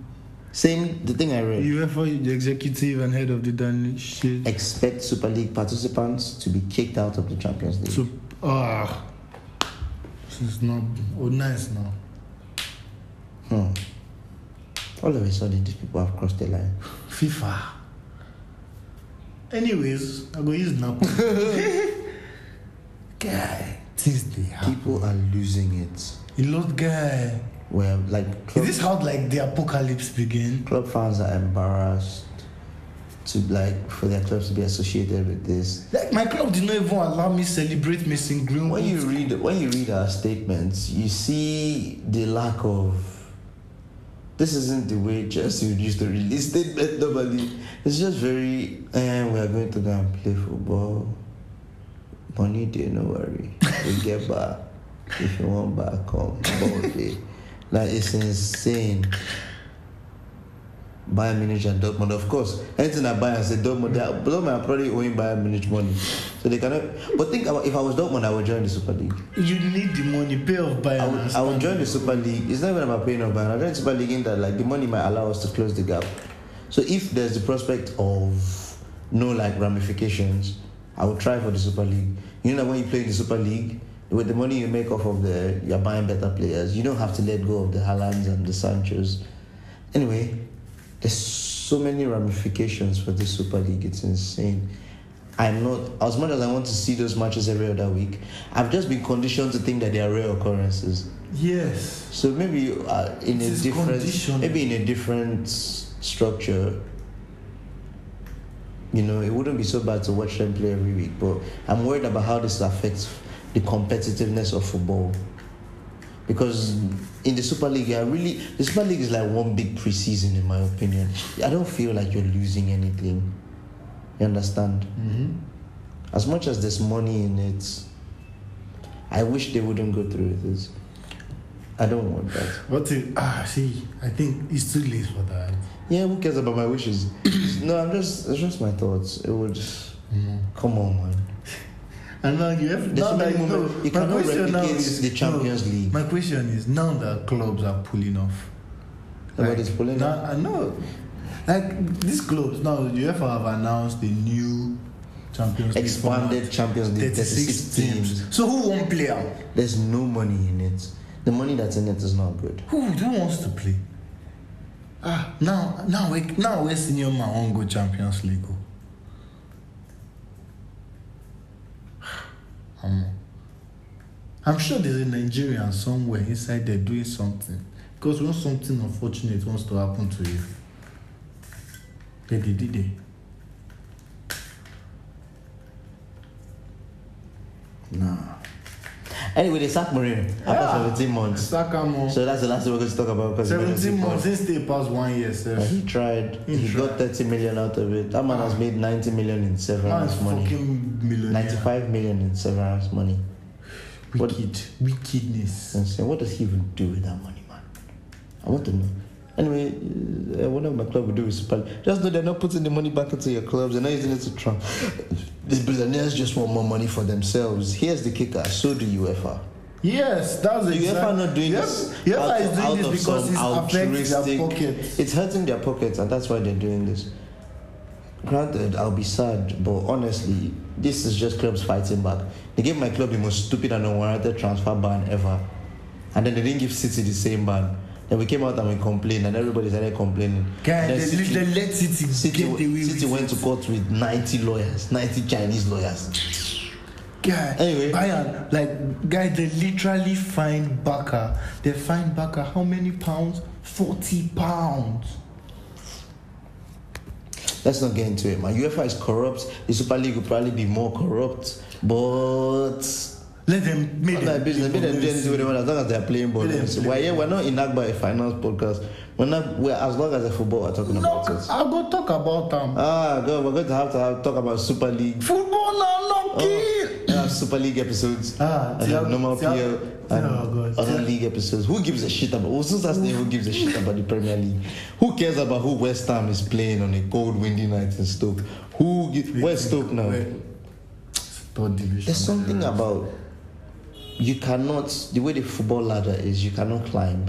saying the thing I read.
UEFA, the executive and head of the Danish shit.
Expect Super League participants to be kicked out of the Champions League.
So, ah, this is not oh, nice now.
all of a sudden, these people have crossed the line.
FIFA. Anyways, I go use Napoli. *laughs* guy, since they have
People are losing it.
a lot, guy.
Where like
Is
club,
this how like the apocalypse begin?
club fans are embarrassed to like for their clubs to be associated with this.
Like my club did not even allow me celebrate missing Greenwood.
When you read when you read our statements, you see the lack of. This isn't the way Chelsea used to release statement normally. It's just very, eh, we are going to go and play football. Money day, no worry. We get back. If you want back, come. But okay. Like, it's insane. Bayern Munich and Dortmund, of course. Anything I buy, I say Dortmund. They are, Dortmund are probably owing Bayern Munich money, so they cannot. But think about if I was Dortmund, I would join the Super League.
You need the money, pay off
I
Bayern.
would, I would join the Super League. It's not even about paying off Bayern. I join the Super League in that like the money might allow us to close the gap. So if there's the prospect of no like ramifications, I would try for the Super League. You know that when you play in the Super League, with the money you make off of the, you're buying better players. You don't have to let go of the Haalands and the Sanchos. Anyway, there's so many ramifications for the Super League. It's insane. I'm not as much as I want to see those matches every other week. I've just been conditioned to think that they are rare occurrences.
Yes.
So maybe uh, in
It
a
is
different,
conditioned.
maybe in a different s- structure. You know, it wouldn't be so bad to watch them play every week, but I'm worried about how this affects the competitiveness of football. Because in the Super League, I really the Super League is like one big preseason, in my opinion. I don't feel like you're losing anything. You understand? As much as there's money in it, I wish they wouldn't go through with this. I don't want that.
What if, ah, see, I think it's too late for that.
Yeah, who cares about my wishes? no, I'm just it's just my thoughts. It would come on, man.
And now you have,
There's so
now
many
that you know,
moments- you
my
cannot
question now
replicate
is,
the Champions
no,
League.
My question is, now that clubs are pulling off,
Nobody's pulling
now,
off?
I know, like, these clubs, now the UEFA have announced the new Champions League
Expanded
format,
Champions League,
36 teams. So who won't play out?
There's no money in it. The money that's in it is not good.
Who, who wants to play? Ah, now, now, we, now we're senior man won't go Champions League. oh. *sighs* Um, I'm sure there's a Nigerian somewhere inside there doing something. Because when something unfortunate wants to happen to you, they did it. They.
Anyway, they sacked Mourinho after 17 months.
Ah! Saka more.
So that's the last thing we're going to talk about because
17 months since they passed one year, sir.
And he tried. He, got 30 million out of it. That man has made 90 million in
Man's
severance money.
fucking millionaire.
95 million in severance money. What-
Wicked. Wickedness.
And saying, what does he even do with that money, man? I want to know. Anyway, uh, I wonder what my club will do with Super League. Just know they're not putting the money back into your clubs. They're not using it to Trump. These billionaires just want more money for themselves. Here's the kicker. So do UEFA.
Yes, that's the
The UEFA not doing this.
UEFA
out-
is doing
out
this
of
because
some
it affects their
altruistic-
pockets.
It's hurting their pockets, and that's why they're doing this. Granted, I'll be sad, but honestly, this is just clubs fighting back. They gave my club the most stupid and unwarranted transfer ban ever, and then they didn't give City the same ban. Then we came out and we complained, and everybody started complaining.
Guy,
Then
they,
City-
they let City,
City,
get away with
City went to court with 90 lawyers, 90 Chinese lawyers.
it. Guy,
Anyway.
Bayern, like, guy, they literally fined Baka. They fined Baka how many pounds? 40 pounds.
Let's not get into it, man. UEFA is corrupt. The Super League will probably be more corrupt, but
Let them make
not that business. Make them do anything with them as long as they're playing ball.
Let them
obviously.
play
We're here. We're not in Agba a finance podcast. We're not. We're as long as the football are talking
Look,
about it.
I'll go talk about them.
Ah, God, we're going to have to have, talk about Super League.
Football now, not
uh,
kill.
We'll have Super League episodes.
Ah,
and
Thiago-
then normal
Thiago-
PL and
Thiago,
Um,
God.
other league episodes. Who gives a shit about? Well, since that's the name, who gives a shit about the Premier League? Who cares about who West Ham is playing on a cold, windy night in Stoke? Who? Gi- where's Stoke now?
Third division.
There's something
Mm.
about you cannot the way the football ladder is, you cannot climb.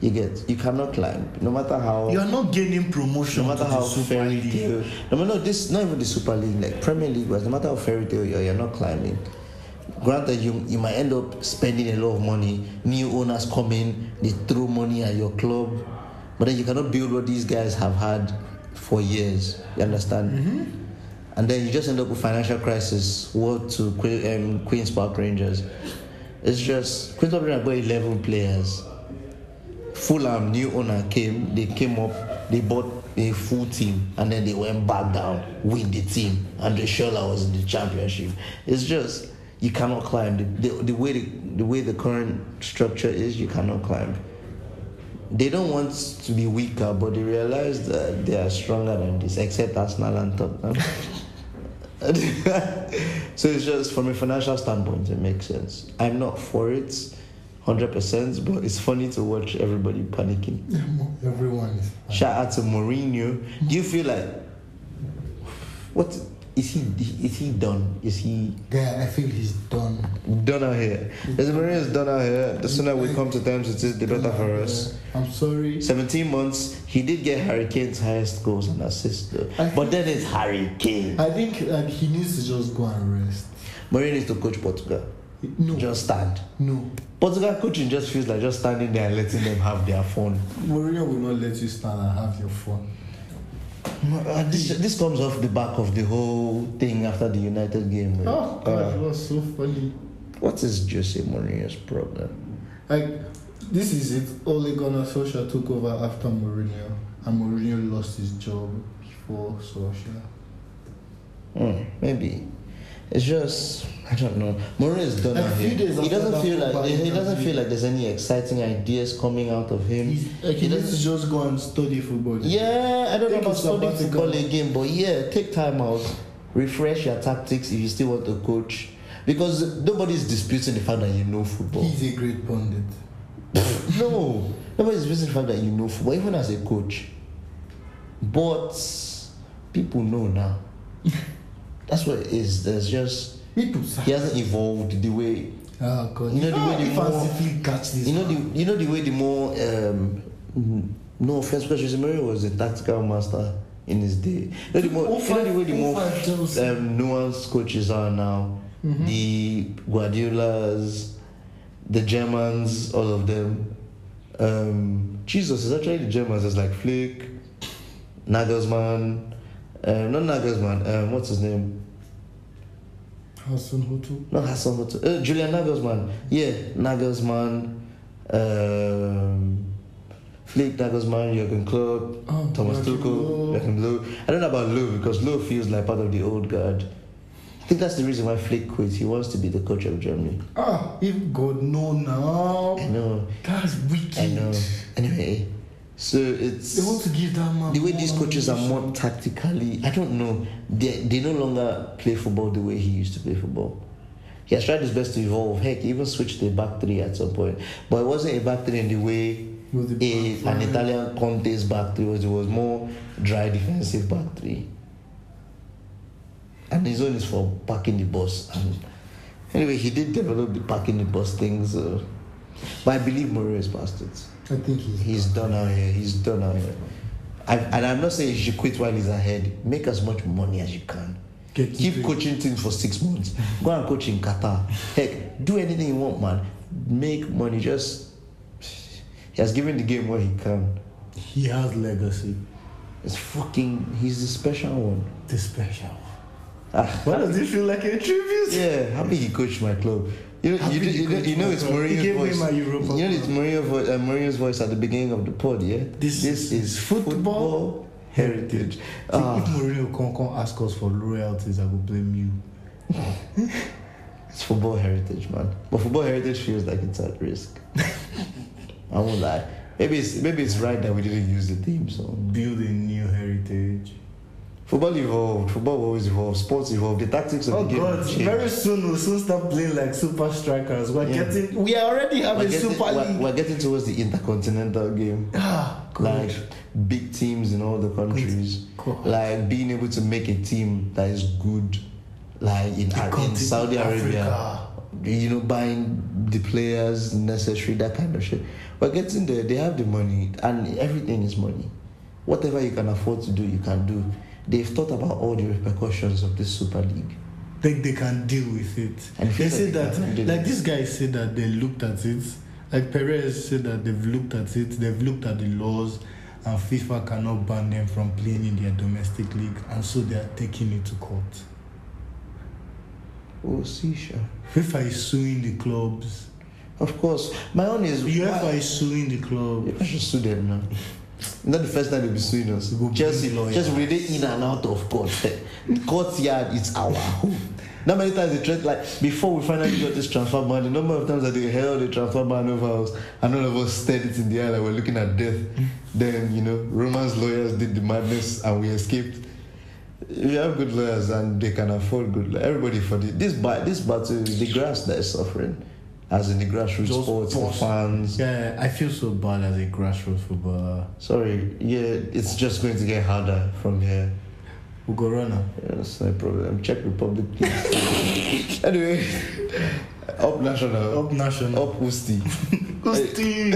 You get you cannot climb. No matter how
You're not gaining promotion
no matter
to
how
the Super
fairy
League.
tale no matter this not even the Super League, like Premier League was no matter how fairy tale you're you're not climbing. Granted you you might end up spending a lot of money, new owners come in, they throw money at your club, but then you cannot build what these guys have had for years. You understand? and then you just end up with financial crisis. What to Que- um, Queens Park Rangers? It's just Queens Park Rangers got eleven players. Fulham new owner came. They came up. They bought a full team, and then they went back down with the team. And the Shola was in the championship. It's just you cannot climb the, the, the way the, the way the current structure is. You cannot climb. They don't want to be weaker, but they realize that they are stronger than this, except Arsenal and Tottenham. *laughs* so it's just from a financial standpoint, it makes sense. I'm not for it, hundred percent, but it's funny to watch everybody panicking.
Everyone is
Shout out to Mourinho. Do you feel like what is he? Is he done? Is he
Guy, I feel he's done.
done out here? Is Mourinho's done out here? The sooner we come to terms with it, the better for us.
I'm sorry.
17 months, he did get Harry Kane's highest goals and assists, though.
I-
but then it's Harry Kane.
I think that he needs to just go and rest.
Mourinho needs to coach Portugal.
No.
Just stand.
No.
Portugal coaching just feels like just standing there and letting them have their fun.
Mourinho will not let you stand and have your phone.
This, this comes off the back of the whole thing after the United game. eh?
Oh God, it
Uh,
was so funny.
what is Jose Mourinho's problem?
Like this is it. Ole Gunnar Solskjaer took over after Mourinho, and Mourinho lost his job before Solskjaer.
Hmm, maybe. It's just I don't know. Mourinho's done
Like,
out
a few
here.
days
He
after
doesn't
that
feel like
Pogba
he doesn't
interview.
feel like there's any exciting ideas coming out of him.
He's, like he,
He
needs to just go and study football.
Yeah, I don't know
Take
about
a
studying
sabbatical.
football again, but yeah, take time out, refresh your tactics if you still want to coach. Because nobody's disputing the fact that you know football.
he's a great pundit.
no, nobody's disputing the fact that you know football, even as a coach. But people know now. That's what it is. There's just
People,
he hasn't evolved the way
oh God,
You know the way they
if
move-
Ancelotti catch this,
you know the you know the way the more um, mm, no offense because Jose Mourinho was a tactical master in his day. You know the, more, you know the way the more
Over Chelsea.
um, nuanced coaches are now. The Guardiolas, the Germans, all of them. Um, Jesus is actually the Germans. There's like Flick, Nagelsmann, um, not Nagelsmann. Um, what's his name?
Hassan Hotu.
Not Hassan, but uh, Julian Nagelsmann. Yeah, Nagelsmann, um, Flick Nagelsmann, Jurgen Klopp,
Oh,
Thomas
Joachim
Tuchel,
Löw.
Joachim Löw. I don't know about Löw because Löw feels like part of the old guard. I think that's the reason why Flick quit. He wants to be the coach of Germany.
Ah, if God no
I
now,
know,
that's wicked.
I know. Anyway, so it's
They want to give that man
the way
more
these coaches are
ammunition.
more tactically i don't know they, they no longer play football the way he used to play football he has tried his best to evolve heck he even switched to a back three at some point but it wasn't a back three in the way
It was a
a,
back
an
three.
italian conte's back three was it was more dry defensive back three and his own is for parking the bus and anyway he did develop the parking the bus thing so but i believe Mourinho is past it
I think he's,
He's done out here. He's done out here. I, and I'm not saying you should quit while he's ahead. Make as much money as you can.
Get to
Keep
play.
coaching teams for six months. Go and coach in Qatar. Heck, do anything you want, man. Make money. Just he has given the game what he can.
he has legacy.
It's fucking. He's the special one.
The special.
Ah,
Why does it feel like a tribute?
Yeah, happy he coached my club. You know,
Happy
you, do-
he
you, know,
coached
you know
my
it's
club. He
Mourinho's
gave me
voice.
my Europa
you know it's
club.
Mourinho vo- uh, Mourinho's voice at the beginning of the pod. Yeah,
This
is
is football
heritage.
See, if
Ah,
Mourinho come come ask us for royalties, I will blame you.
it's football heritage, man. But football heritage feels like it's at risk. I won't lie. Maybe it's maybe it's right that we didn't use the theme song.
Build a new heritage.
Football evolved. Football always evolved. Sports evolved. The tactics of
Oh
the game
God!
changed.
Very soon we'll soon start playing like super strikers. We're
Yeah.
getting. We already have
we're
a
getting,
super
we're-
league.
we're getting towards the intercontinental game.
ah, God.
like big teams in all the countries,
God.
like being able to make a team that is good, like in, Ar- in
continent,
Saudi Arabia,
Africa.
you know, buying the players necessary, that kind of shit. But getting there, they have the money, and everything is money. Whatever you can afford to do, you can do. They've thought about all the repercussions of this Super League.
think they can deal with it.
And
they
feel
said
like
that,
they can deal
like
with
this guy said that they looked at it. Like Perez said that they've looked at it. They've looked at the laws, and FIFA cannot ban them from playing in their domestic league, and so they are taking it to court.
Oh, see, sure.
FIFA is suing the clubs.
Of course. My own is.
UEFA is suing the club.
I should sue them now. Not the first time they'll be suing us.
We go
Chelsea,
bring lawyer.
Chelsea, we dey in and out of court. Courtyard is our home. Not many times they tried, like, before we finally got this transfer ban, the number of times that they held the transfer ban over us, and all of us stared it in the eye like we're looking at death. Then, you know, Roman's lawyers did the madness and we escaped. We have good lawyers and they can afford good lawyers. Everybody for the, this, ba- this battle is the grass that is suffering. As in the grassroots
Just
sports, the
pause.
fans.
Yeah, I feel so bad as a grassroots footballer.
Sorry, yeah, it's just going to get harder from here.
We go run now.
Yeah, that's no problem. Czech Republic, please. anyway, up national.
Up national.
Up Usti.
Usti.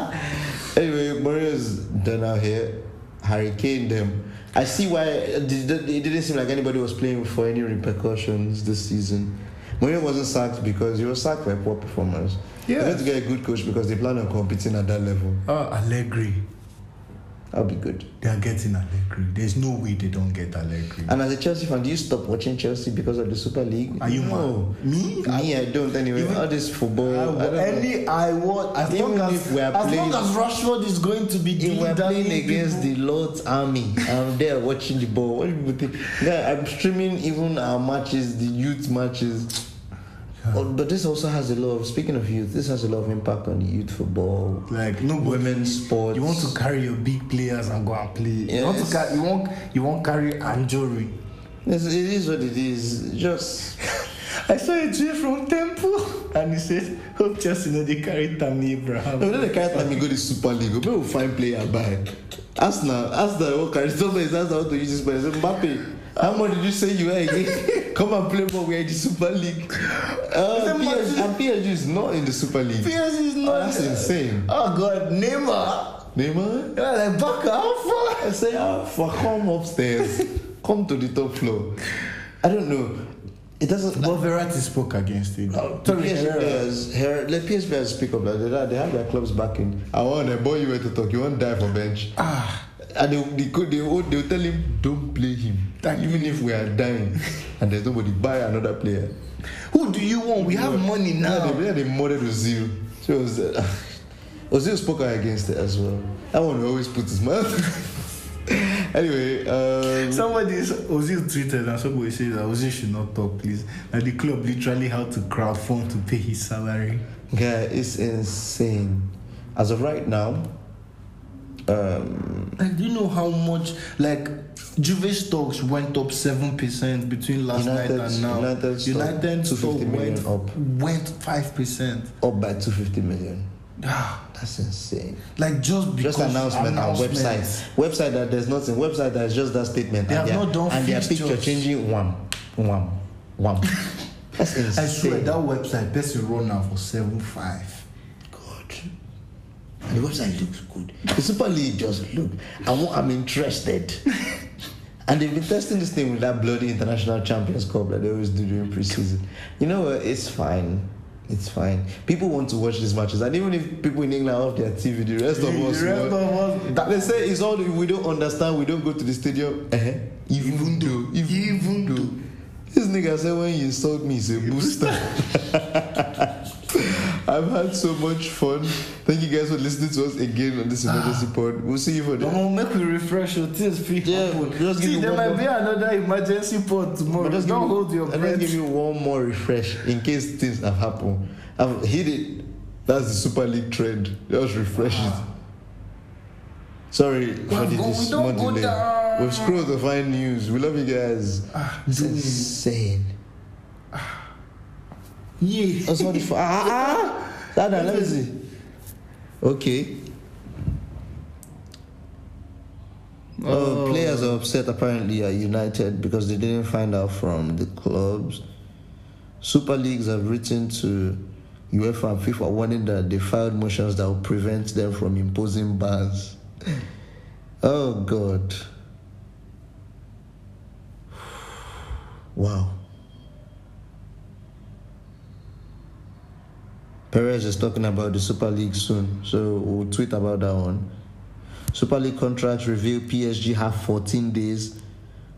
*laughs* anyway, Mourinho's done out here. Hurricane them. I see why it didn't it didn't seem like anybody was playing for any repercussions this season. Mourinho wasn't sacked because he was sacked by poor performance. Yeah. They're going to get a good coach because they plan on competing at that level.
Oh, Allegri.
That'll be good.
They are getting Allegri. There's no way they don't get Allegri.
And as a Chelsea fan, do you stop watching Chelsea because of the Super League?
Are you
no.
mad? Me?
Me, I don't anyway.
Even- Ah,
All this football. I, don't know.
Any I want, as
Even
long as,
if we are
as
playing-
long as Rashford is going to be
If we're
dilly-dallying
playing against
people-
the Lord's army, I'm there watching the ball. What do you think? Yeah, I'm streaming even our matches, the youth matches. Oh, but this also has a lot of, speaking of youth, this has a lot of impact on youth football,
like no
women's sports.
You want to carry your big players and go and play. You want to
Yes.
carry. You want. You want carry Anjori.
It's- It is what it is. Just.
*laughs* I saw a tweet from Temple, and he said, "Hope Chelsea know they carry Tammy
No,
Abraham."
then the carry time you go to Super League, maybe we'll find player by. Arsenal, Arsenal, what carry? Somebody is Arsenal want to use this player. Say, Mbappe, how much did you say you were again? *laughs* Come and play ball. We are in the Super League. Uh, PSG, and PSG is not in the Super League.
PSG is not.
Oh, that's insane.
Oh God, Neymar.
Neymar,
You're like back
I
alpha.
say, ah, for come upstairs, come to the top floor. I don't know. It doesn't.
But Verratti spoke against it.
Sorry, players, her, let PS players speak up. Like, they, they have their clubs backing. I want a boy you were to talk. You won't die for bench. Ah. And they they could they will they will tell him don't play him. Even if we are
*laughs*
dying, and there's nobody buy another player.
Who do you want? We have money
Yeah,
now.
they, yeah, they murdered Ozil. So it was, uh, *laughs* Ozil spoke out against it as well. That one will always put his mouth. *laughs* anyway, um,
Somebody s- Ozil tweeted and somebody said that Ozil should not talk, please. That the club literally had to crowdfund to pay his salary.
yeah, it's insane. As of right now, um,
Like, do you know how much like Juve stocks went up seven percent between last night
United's-
and now?
United's stock,
United
250
stock
million
went
up.
went five percent.
up by 250 million. That's insane.
Like just Ah. because
Just announcement and websites. Website that there's nothing. Website that is just that statement.
They
and
have
their-
not done
And their
fixtures.
picture changing wham, wham,
*laughs*
wham. That's insane.
I swear that website person run now for seven five.
God. And the website looks good. The Super League just look. I want, I'm interested. *laughs* and they've been testing this thing with that bloody International Champions Cup that they always do during preseason. You know what? It's fine. It's fine. People want to watch these matches, and even if people in England off their TV, the rest of
The
us,
rest
will.
of us-
That- they say it's all we don't understand. We don't go to the stadium. Uh-huh. Even, though, even, though. This nigga said when you insult me, he's a booster. *laughs* I've had so much fun. Thank you guys for listening to us again on this emergency pod. We'll see you for the.
Omo, make we refresh Ah. your things free.
Yeah, just give
See,
me
there
one
might
more-
be another emergency pod tomorrow.
But
Don't
just give me-
hold your
I'll
breath.
Just give you one more refresh in case things have happened. I've hit it. That's the Super League trend. Just refresh it. Sorry for the
go- we
this
don't
small
go
delay.
down. Ah,
We've scrolled to find news. We love you guys. It's insane.
Yeah.
Oh, sorry for. Ah, ah. That, let me see. Okay. Oh, players are upset apparently at United because they didn't find out from the clubs. Super Leagues have written to UEFA and FIFA warning that they filed motions that will prevent them from imposing bans. Oh, God. Wow. Perez is talking about the Super League soon, so we'll tweet about that one. Super League contracts reveal PSG have 14 days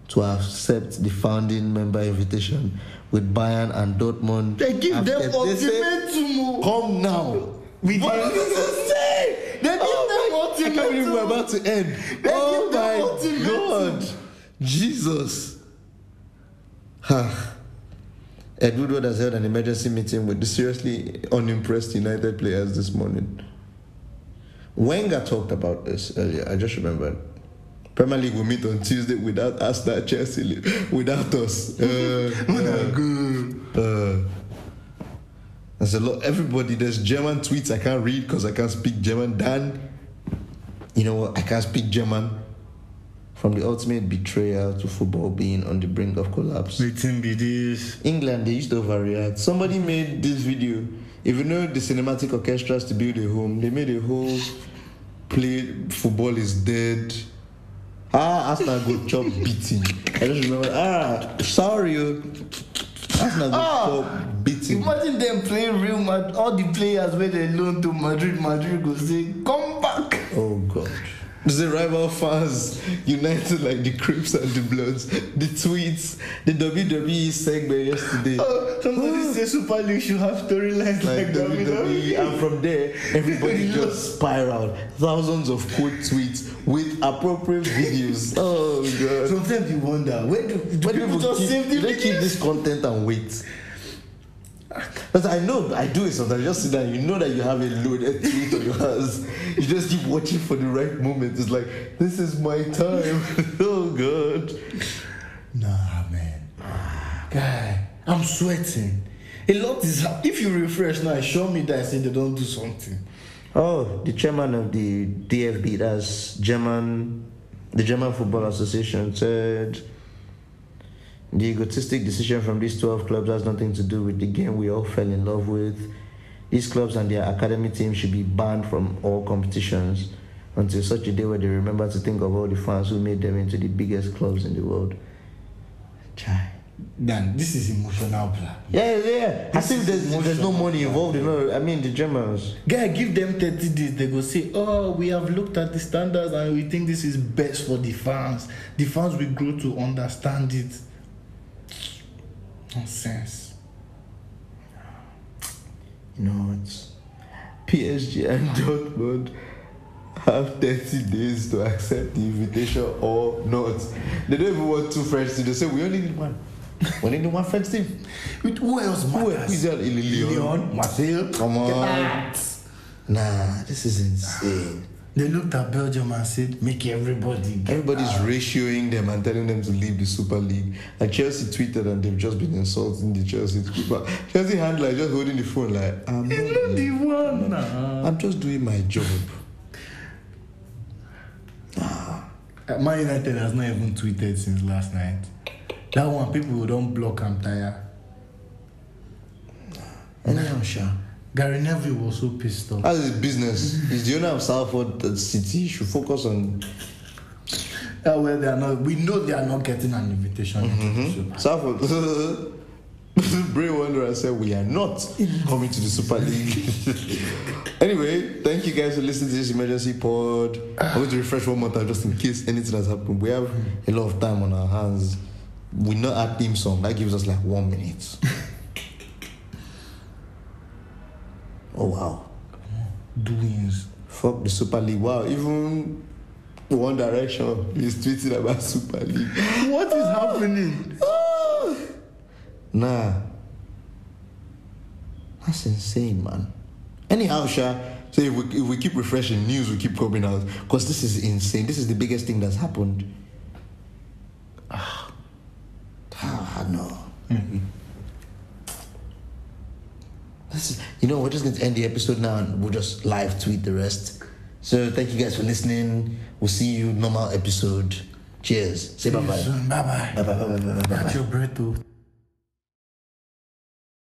to accept the founding member invitation with Bayern and Dortmund.
They give
after-
them
they say,
ultimatum.
Come now.
We
What
did-
does it say?
They give
Oh
them
my- I can't believe we're
ultimatum.
about to end.
They
oh
give them
my
ultimatum.
God. Jesus. Ha. Ed Woodward has held an emergency meeting with the seriously unimpressed United players this morning. Wenger talked about this earlier. I just remembered.
Premier League will meet on Tuesday without Arsenal, Chelsea, li- without us. Uh, uh, uh, there's a lot. Everybody, there's German tweets I can't read because I can't speak German. Dan, you know what? I can't speak German.
From the ultimate betrayal to football being on the brink of collapse.
Wetin be dis?
England, they used to overreact. Somebody made this video. If you know the cinematic orchestras to build a home, they made a whole play.
Football is dead.
Ah, Arsenal go chop beating. I just remember. Ah, sorry, oh. Arsenal go chop beating.
Ah! Imagine dem play real Madrid, all the players wey dem loan to Madrid, Madrid go say, come back.
Oh God.
The rival fans united like the Crips and the Bloods. The tweets, the WWE segment yesterday.
Oh, somebody say Super League should have storylines like, E.
Like WWE,
WWE.
and from there,
*laughs*
everybody just spiraled. Thousands of quote tweets with appropriate videos. *laughs* Oh god!
Sometimes you wonder, where do, do
When
people just
keep,
save the
do they keep
videos?
this content and wait. But I know I do it sometimes. You just sit down, you know that you have a loaded tweet on your hands. You just keep watching for the right moment. It's like this is my time. *laughs* oh god!
Nah, man. Ah, Guy, I'm sweating. A lot is hap- If you refresh now, show me that I say they don't do something.
Oh, the chairman of the DFB, that's German, the German Football Association, said the egotistic decision from these 12 clubs has nothing to do with the game we all fell in love with. These clubs and their academy teams should be banned from all competitions until such a day where they remember to think of all the fans who made them into the biggest clubs in the world. Chai.
Dan, this is emotional black.
Yeah, yeah. I
This
think
is
there's, there's no
emotional.
money involved. You know, I mean, the Germans.
Guy, give them 30 days. They go say, oh, we have looked at the standards and we think this is best for the fans. The fans will grow to understand it. Nonsense.
You know it's PSG and Dortmund
Have 30 days to accept the invitation or not. They don't even want two French teams. They say we only need one. We only need one French team.
With who else matters?
Who's that? Leon.
Leon, Marseille.
Come on.
Nah, this is insane.
They looked at Belgium and said, make everybody get
Everybody's ratioing them and telling them to leave the Super League. Like Chelsea tweeted and they've just been insulting the Chelsea keeper. Chelsea hand like just holding the phone like I'm
He's
not,
not the one. Nah.
I'm just doing my job.
Uh, Man United has not even tweeted since last night. That one, people don't block am tire.
Anyhow, sure.
Gary Neville was so pissed off.
That's his business. He's the owner of Salford uh, City. He should focus on
That way they are not. We know they are not getting an invitation. into the Super.
Salford. *laughs* Bray Wanderer said we are not coming to the Super League. *laughs* anyway, thank you guys for listening to this emergency pod. I'm going to refresh one more time just in case anything has happened. We have a lot of time on our hands. We know our theme song. That gives us like one minute. *laughs*
Oh wow.
doings.
Fuck the Super League. Wow, even One Direction is tweeting about Super League.
What is happening?
Nah. That's insane, man.
Anyhow, Sha, so if we, if we keep refreshing, news will keep coming out. Because this is insane. This is the biggest thing that's happened.
Ah no. This is, you know, we're just going to end the episode now and we'll just live tweet the rest. So thank you guys for listening. We'll see you normal episode. Cheers. Say bye bye.
Bye bye.
Bye bye bye bye bye bye.
Catch your breath, though.